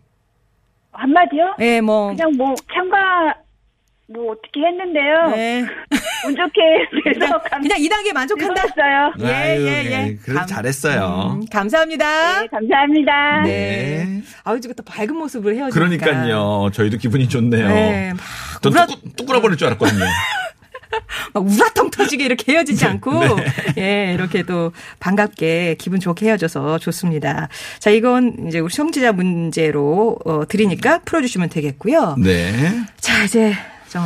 한마디요? 예, 뭐. 그냥 뭐 참가 뭐 어떻게 했는데요. 예. 운 좋게 돼서 감 그냥 이단계 만족한다. 즐거웠어요. 예, 아유, 예, 예. 그래도 감- 잘했어요. 음, 감사합니다. 네, 감사합니다. 네. 네. 아우, 지금 또 밝은 모습을 헤어지니까. 그러니까요. 저희도 기분이 좋네요. 네, 막, 전 우라, 뚜꾸, 뚜꾸라 버릴 줄 알았거든요. 막 우라통 터지게 이렇게 네. 헤어지지 않고, 예, 이렇게 또 반갑게 기분 좋게 헤어져서 좋습니다. 자, 이건 이제 우리 청취자 문제로 어, 드리니까 풀어주시면 되겠고요. 네. 자, 이제 저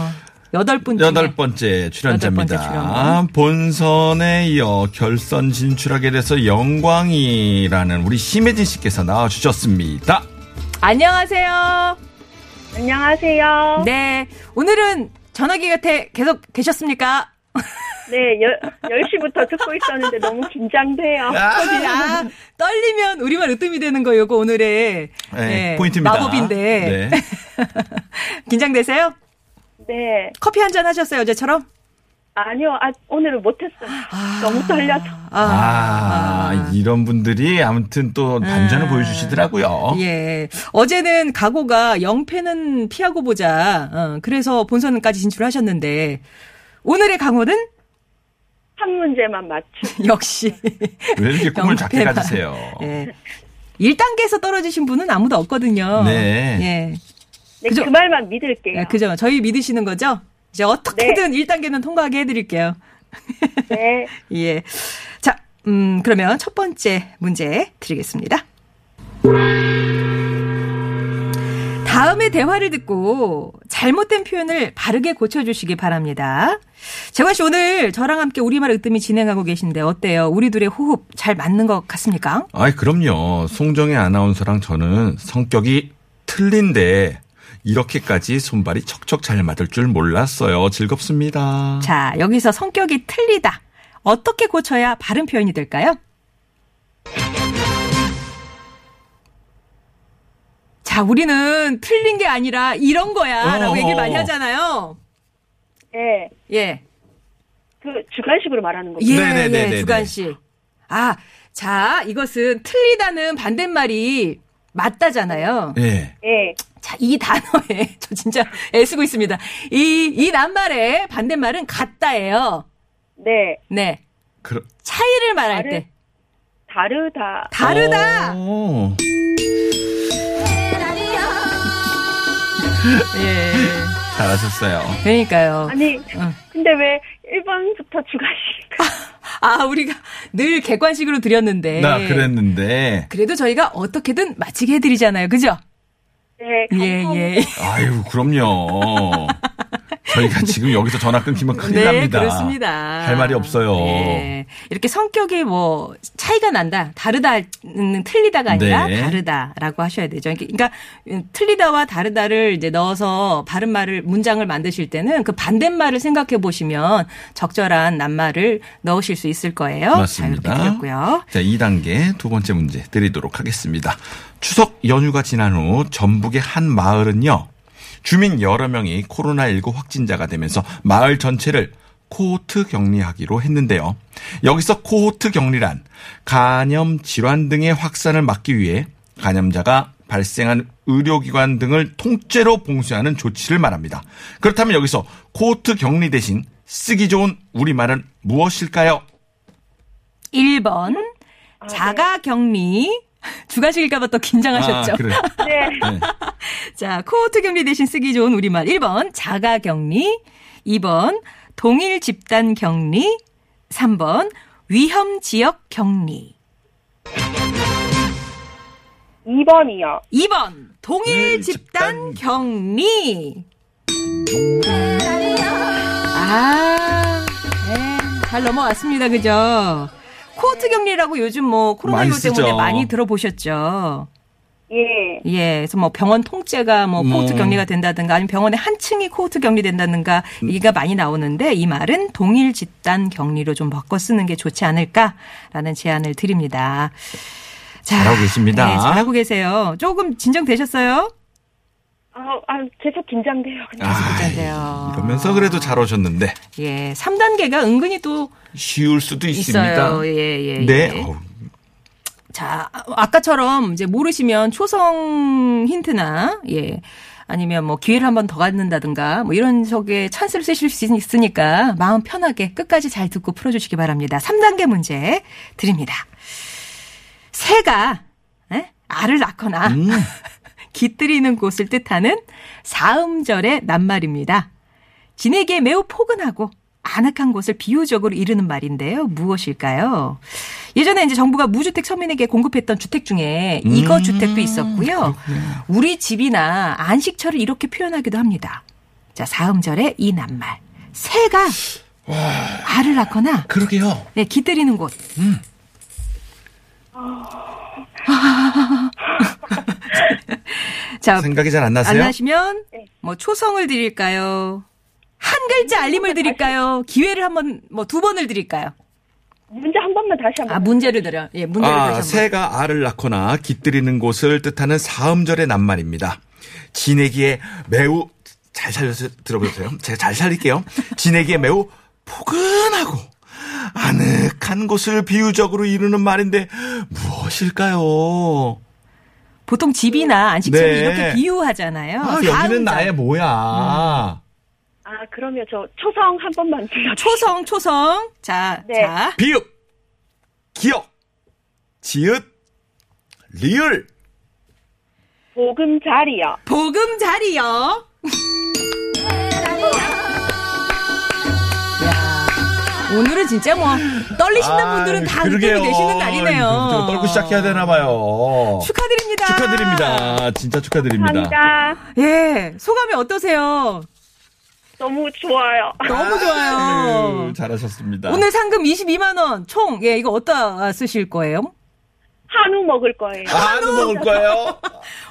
여덟 분 중에 여덟 번째 출연자입니다. 여덟 번째 출연자. 본선에 이어 결선 진출하게 돼서 영광이라는 우리 심혜진 씨께서 나와주셨습니다. 안녕하세요. 안녕하세요. 네. 오늘은 전화기 곁에 계속 계셨습니까? 네, 열 10시부터 듣고 있었는데 너무 긴장돼요. 아, 떨리면 우리말 으뜸이 되는 거 요거 오늘의 네, 예, 포인트입니다. 마법인데. 네. 긴장되세요? 네. 커피 한 잔 하셨어요, 어제처럼? 아니요, 아, 오늘은 못했어요. 아. 너무 떨려서. 아, 이런 분들이 아무튼 또 반전을 보여주시더라고요. 네. 예. 어제는 각오가 영패는 피하고 보자. 어, 그래서 본선까지 진출하셨는데 오늘의 강호는 한 문제만 맞추. 역시 왜 이렇게 꿈을 작게 영패만. 가지세요? 예. 1단계에서 떨어지신 분은 아무도 없거든요. 네. 예. 네, 그죠? 그 말만 믿을게요. 예, 그죠. 저희 믿으시는 거죠? 이제 어떻게든 1단계는 통과하게 해드릴게요. 네. 예. 자, 음, 그러면 첫 번째 문제 드리겠습니다. 다음의 대화를 듣고 잘못된 표현을 바르게 고쳐주시기 바랍니다. 재관 씨 오늘 저랑 함께 우리말 으뜸이 진행하고 계신데 어때요? 우리 둘의 호흡 잘 맞는 것 같습니까? 아이 그럼요. 송정의 아나운서랑 저는 성격이 틀린데 이렇게까지 손발이 척척 잘 맞을 줄 몰랐어요. 즐겁습니다. 어. 자 여기서 성격이 틀리다. 어떻게 고쳐야 바른 표현이 될까요? 자, 우리는 틀린 게 아니라 이런 거야. 라고 어. 얘기를 많이 하잖아요. 예. 예. 그 주관식으로 말하는 거죠. 예, 어, 네네네네네. 예, 주간 씨. 아, 자, 이것은 틀리다는 반대말이 맞다잖아요. 예. 예. 자, 이 단어에, 저 진짜 애쓰고 있습니다. 이, 이 낱말의 반대말은 같다예요. 네. 네. 그럼 차이를 말할 다르- 때. 다르다. 다르다! 오. 예. 잘하셨어요. 그러니까요. 아니, 응. 근데 왜 1번부터 주관식? 어. 아, 우리가 늘 객관식으로 드렸는데. 나 그랬는데. 그래도 저희가 어떻게든 마치게 해드리잖아요. 그죠? 네. 예, 예. 아유 그럼요. 저희가 지금 여기서 전화 끊기면 큰일 네, 납니다. 그렇습니다. 할 말이 없어요. 예. 이렇게 성격이 뭐 차이가 난다, 다르다는 틀리다가 아니라 네. 다르다라고 하셔야 되죠. 그러니까 틀리다와 다르다를 이제 넣어서 바른 말을 문장을 만드실 때는 그 반대말을 생각해 보시면 적절한 낱말을 넣으실 수 있을 거예요. 맞습니다. 자, 이렇게 드렸고요. 자, 2단계 두 번째 문제 드리도록 하겠습니다. 추석 연휴가 지난 후 전북의 한 마을은요. 주민 여러 명이 코로나19 확진자가 되면서 마을 전체를 코호트 격리하기로 했는데요. 여기서 코호트 격리란 간염 질환 등의 확산을 막기 위해 간염자가 발생한 의료기관 등을 통째로 봉쇄하는 조치를 말합니다. 그렇다면 여기서 코호트 격리 대신 쓰기 좋은 우리말은 무엇일까요? 1번 자가 격리. 주가식일까봐 또 긴장하셨죠? 아, 그래. 예. 네. 네. 자, 코호트 격리 대신 쓰기 좋은 우리말. 1번, 자가 격리. 2번, 동일 집단 격리. 3번, 위험 지역 격리. 2번이요. 2번, 동일 동일 집단 집단 격리. 아, 네, 잘 넘어왔습니다. 그죠? 코호트 격리라고 요즘 뭐 많이 코로나19 쓰죠. 때문에 많이 들어보셨죠? 예. 예, 그래서 뭐 병원 통째가 뭐 음. 코호트 격리가 된다든가 아니면 병원의 한 층이 코호트 격리된다든가 음. 얘기가 많이 나오는데 이 말은 동일 집단 격리로 좀 바꿔 쓰는 게 좋지 않을까라는 제안을 드립니다. 자, 잘하고 계십니다. 네, 잘하고 계세요. 조금 진정되셨어요? 아, 아, 계속 긴장돼요. 아. 그냥. 괜찮은데요. 이러면서 그래도 잘 오셨는데 예, 3단계가 은근히 또 쉬울 수도 있습니다. 있어요. 예, 예. 네. 예. 어우, 자, 아- 아까처럼 이제 모르시면 초성 힌트나 예. 아니면 뭐 기회를 한 번 더 갖는다든가 뭐 이런 적에 찬스를 쓰실 수 있으니까 마음 편하게 끝까지 잘 듣고 풀어 주시기 바랍니다. 3단계 문제 드립니다. 새가 예? 알을 낳거나 깃들이는 곳을 뜻하는 사음절의 낱말입니다. 진에게 매우 포근하고 아늑한 곳을 비유적으로 이르는 말인데요. 무엇일까요? 예전에 이제 정부가 무주택 서민에게 공급했던 주택 중에 음, 이거 주택도 있었고요. 우리 집이나 안식처를 이렇게 표현하기도 합니다. 자, 사음절의 이 낱말. 새가 알을 낳거나 그러게요. 네, 깃들이는 곳. 음. 아. 자, 생각이 잘 안 안 나세요? 하시면 뭐 초성을 드릴까요? 한 글자 알림을 드릴까요? 기회를 한번 뭐 두 번을 드릴까요? 문제 한 번만 다시 한 번. 아 문제를 드려. 예, 문제를 아, 다시 한번. 새가 알을 낳거나 깃들이는 곳을 뜻하는 사음절의 낱말입니다. 지내기에 매우 잘 살려서 들어보세요. 제가 잘 살릴게요. 지내기에 매우 포근하고 아늑한 곳을 비유적으로 이루는 말인데 무엇일까요? 보통 집이나 안식처를 네. 이렇게 비유하잖아요. 아, 사음절. 음. 여기는 나의 뭐야. 아, 그러면 저 초성 한 번만 들려. 초성 초성. 자, 네. 자. 비읍, 기억, 지읒, 리을. 보금자리요. 보금자리요. 야, 오늘은 진짜 뭐 떨리시는 분들은 다 아, 그러게요. 느낌이 되시는 날이네요. 떨고 시작해야 되나 봐요. 축하드립니다. 축하드립니다. 진짜 축하드립니다. 감사합니다. 예, 소감이 어떠세요? 너무 좋아요. 너무 좋아요. 아유, 잘하셨습니다. 오늘 상금 22만 원 총. 예, 이거 어디다 쓰실 거예요? 한우 먹을 거예요. 한우 먹을 거예요?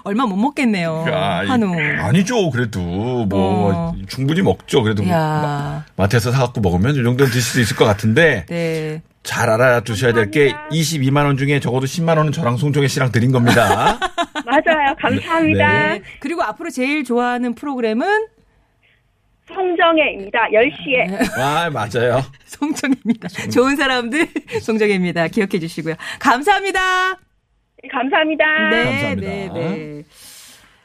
얼마 못 먹겠네요. 야, 이- 한우. 아니죠. 그래도 뭐 어. 충분히 먹죠. 그래도 뭐 야. 마- 마트에서 사갖고 먹으면 이 정도는 드실 수 있을 것 같은데 네. 잘 알아두셔야 될 게 22만 원 중에 적어도 10만 원은 저랑 송정혜 씨랑 드린 겁니다. 맞아요. 감사합니다. 네. 그리고 앞으로 제일 좋아하는 프로그램은 성정혜입니다. 10시에. 아 맞아요. 송정입니다. 좋은 사람들 송정입니다. 기억해 주시고요. 감사합니다. 감사합니다. 네, 감사합니다. 네, 네.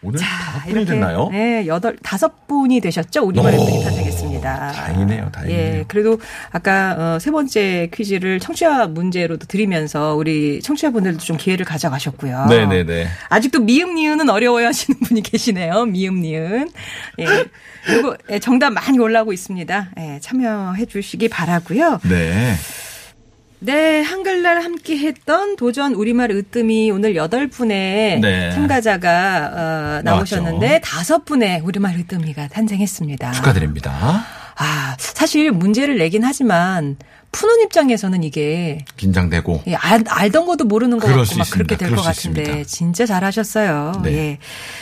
오늘 다섯 분이 이렇게, 됐나요? 네, 여덟 다섯 분이 되셨죠? 우리말의 분이 되겠습니다. 다행이네요. 다행이네요. 예, 그래도 아까 어, 세 번째 퀴즈를 청취자 문제로도 드리면서 우리 청취자분들도 좀 기회를 아. 가져가셨고요. 네네네. 아직도 미음 니은은 어려워요 하시는 분이 계시네요. 미음 니은. 예. 요거 예, 정답 많이 올라오고 있습니다. 예, 참여해 주시기 바라고요. 네. 네, 한글날 함께 했던 도전 우리말 으뜸이 오늘 여덟 분의 네. 참가자가 어, 나오셨는데 나왔죠. 다섯 분의 우리말 으뜸이가 탄생했습니다. 축하드립니다. 아, 사실 문제를 내긴 하지만 푸는 입장에서는 이게 긴장되고. 예, 알, 알던 것도 모르는 것 그럴 같고 수 막 있습니다. 그렇게 될 그럴 것 수 같은데 있습니다. 진짜 잘하셨어요. 네. 예.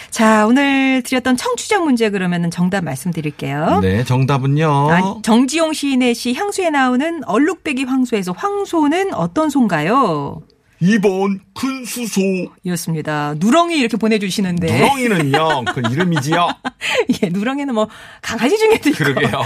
자, 오늘 드렸던 청취자 문제 그러면은 정답 말씀드릴게요. 네, 정답은요. 예. 아, 정지용 시인의 시 향수에 나오는 얼룩배기 황소에서 황소는 어떤 소인가요? 2번 큰 수소. 이었습니다. 누렁이 이렇게 보내주시는데. 누렁이는요. 그 이름이지요. 예, 누렁이는 뭐 강아지 중에도 있고. 그러게요.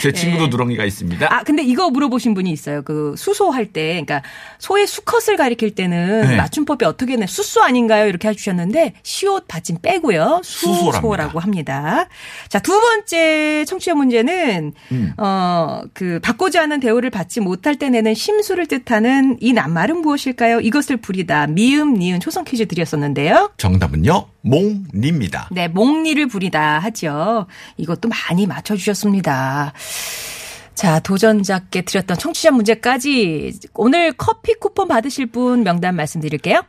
제 친구도 예. 누렁이가 있습니다. 아, 근데 이거 물어보신 분이 있어요. 그 수소할 때, 그러니까 소의 수컷을 가리킬 때는 네. 맞춤법이 어떻게 내 수소 아닌가요? 이렇게 해주셨는데 시옷 받침 빼고요. 수소랍니다. 수소라고 합니다. 자, 두 번째 청취자 문제는 음. 어, 그 받고자 하는 대우를 받지 못할 때 내는 심수를 뜻하는 이 낱말은 무엇일까요? 이것을 부리다. 미음, 니은 초성 퀴즈 드렸었는데요. 정답은요. 몽니입니다. 네, 목리를 부리다 하죠. 이것도 많이 맞춰주셨습니다. 자, 도전자께 드렸던 청취자 문제까지 오늘 커피 쿠폰 받으실 분 명단 말씀드릴게요.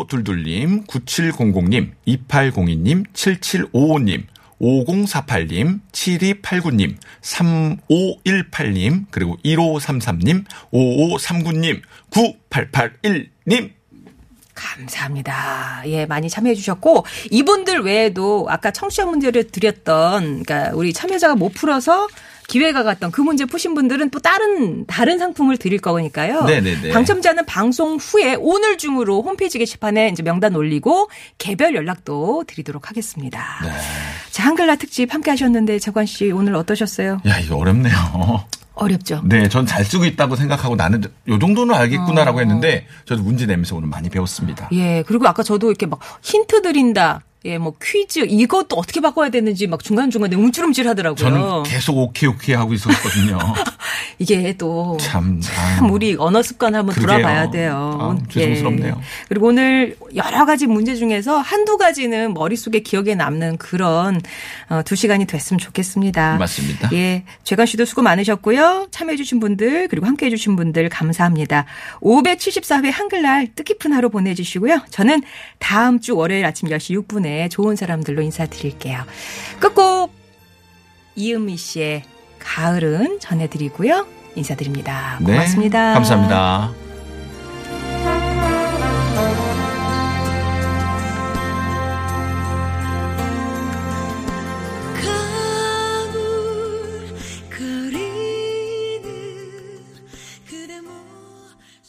6522님, 9700님, 2802님, 7755님, 5048님, 7289님, 3518님, 그리고 1533님, 5539님, 9881님. 감사합니다. 예, 많이 참여해 주셨고 이분들 외에도 아까 청취자 문제를 드렸던 그러니까 우리 참여자가 못 풀어서 기회가 갔던 그 문제 푸신 분들은 또 다른 다른 상품을 드릴 거니까요. 네네네. 당첨자는 방송 후에 오늘 중으로 홈페이지 게시판에 이제 명단 올리고 개별 연락도 드리도록 하겠습니다. 네. 자, 한글날 특집 함께 하셨는데 재관 씨 오늘 어떠셨어요? 야, 이거 어렵네요. 어렵죠. 네, 전 잘 쓰고 있다고 생각하고 나는 요 정도는 알겠구나라고 했는데 저도 문제 내면서 오늘 많이 배웠습니다. 어. 예, 그리고 아까 저도 이렇게 막 힌트 드린다. 예, 뭐 퀴즈 이것도 어떻게 바꿔야 되는지 막 중간중간에 움찔움찔 하더라고요. 저는 계속 오케이 오케이 하고 있었거든요. 이게 또 참, 참 우리 언어 습관 한번 그러게요. 돌아봐야 돼요. 아, 죄송스럽네요. 예. 그리고 오늘 여러 가지 문제 중에서 한두 가지는 머릿속에 기억에 남는 그런 어, 두 시간이 됐으면 아, 좋겠습니다. 맞습니다. 예. 재관 씨도 수고 많으셨고요. 참여해주신 분들, 그리고 함께해주신 분들 감사합니다. 574회 한글날 뜻깊은 하루 보내주시고요. 저는 다음 주 월요일 아침 10시 6분에 좋은 사람들로 인사드릴게요. 끝곡 이은미 씨의 가을은 전해드리고요. 인사드립니다. 네, 고맙습니다. 감사합니다.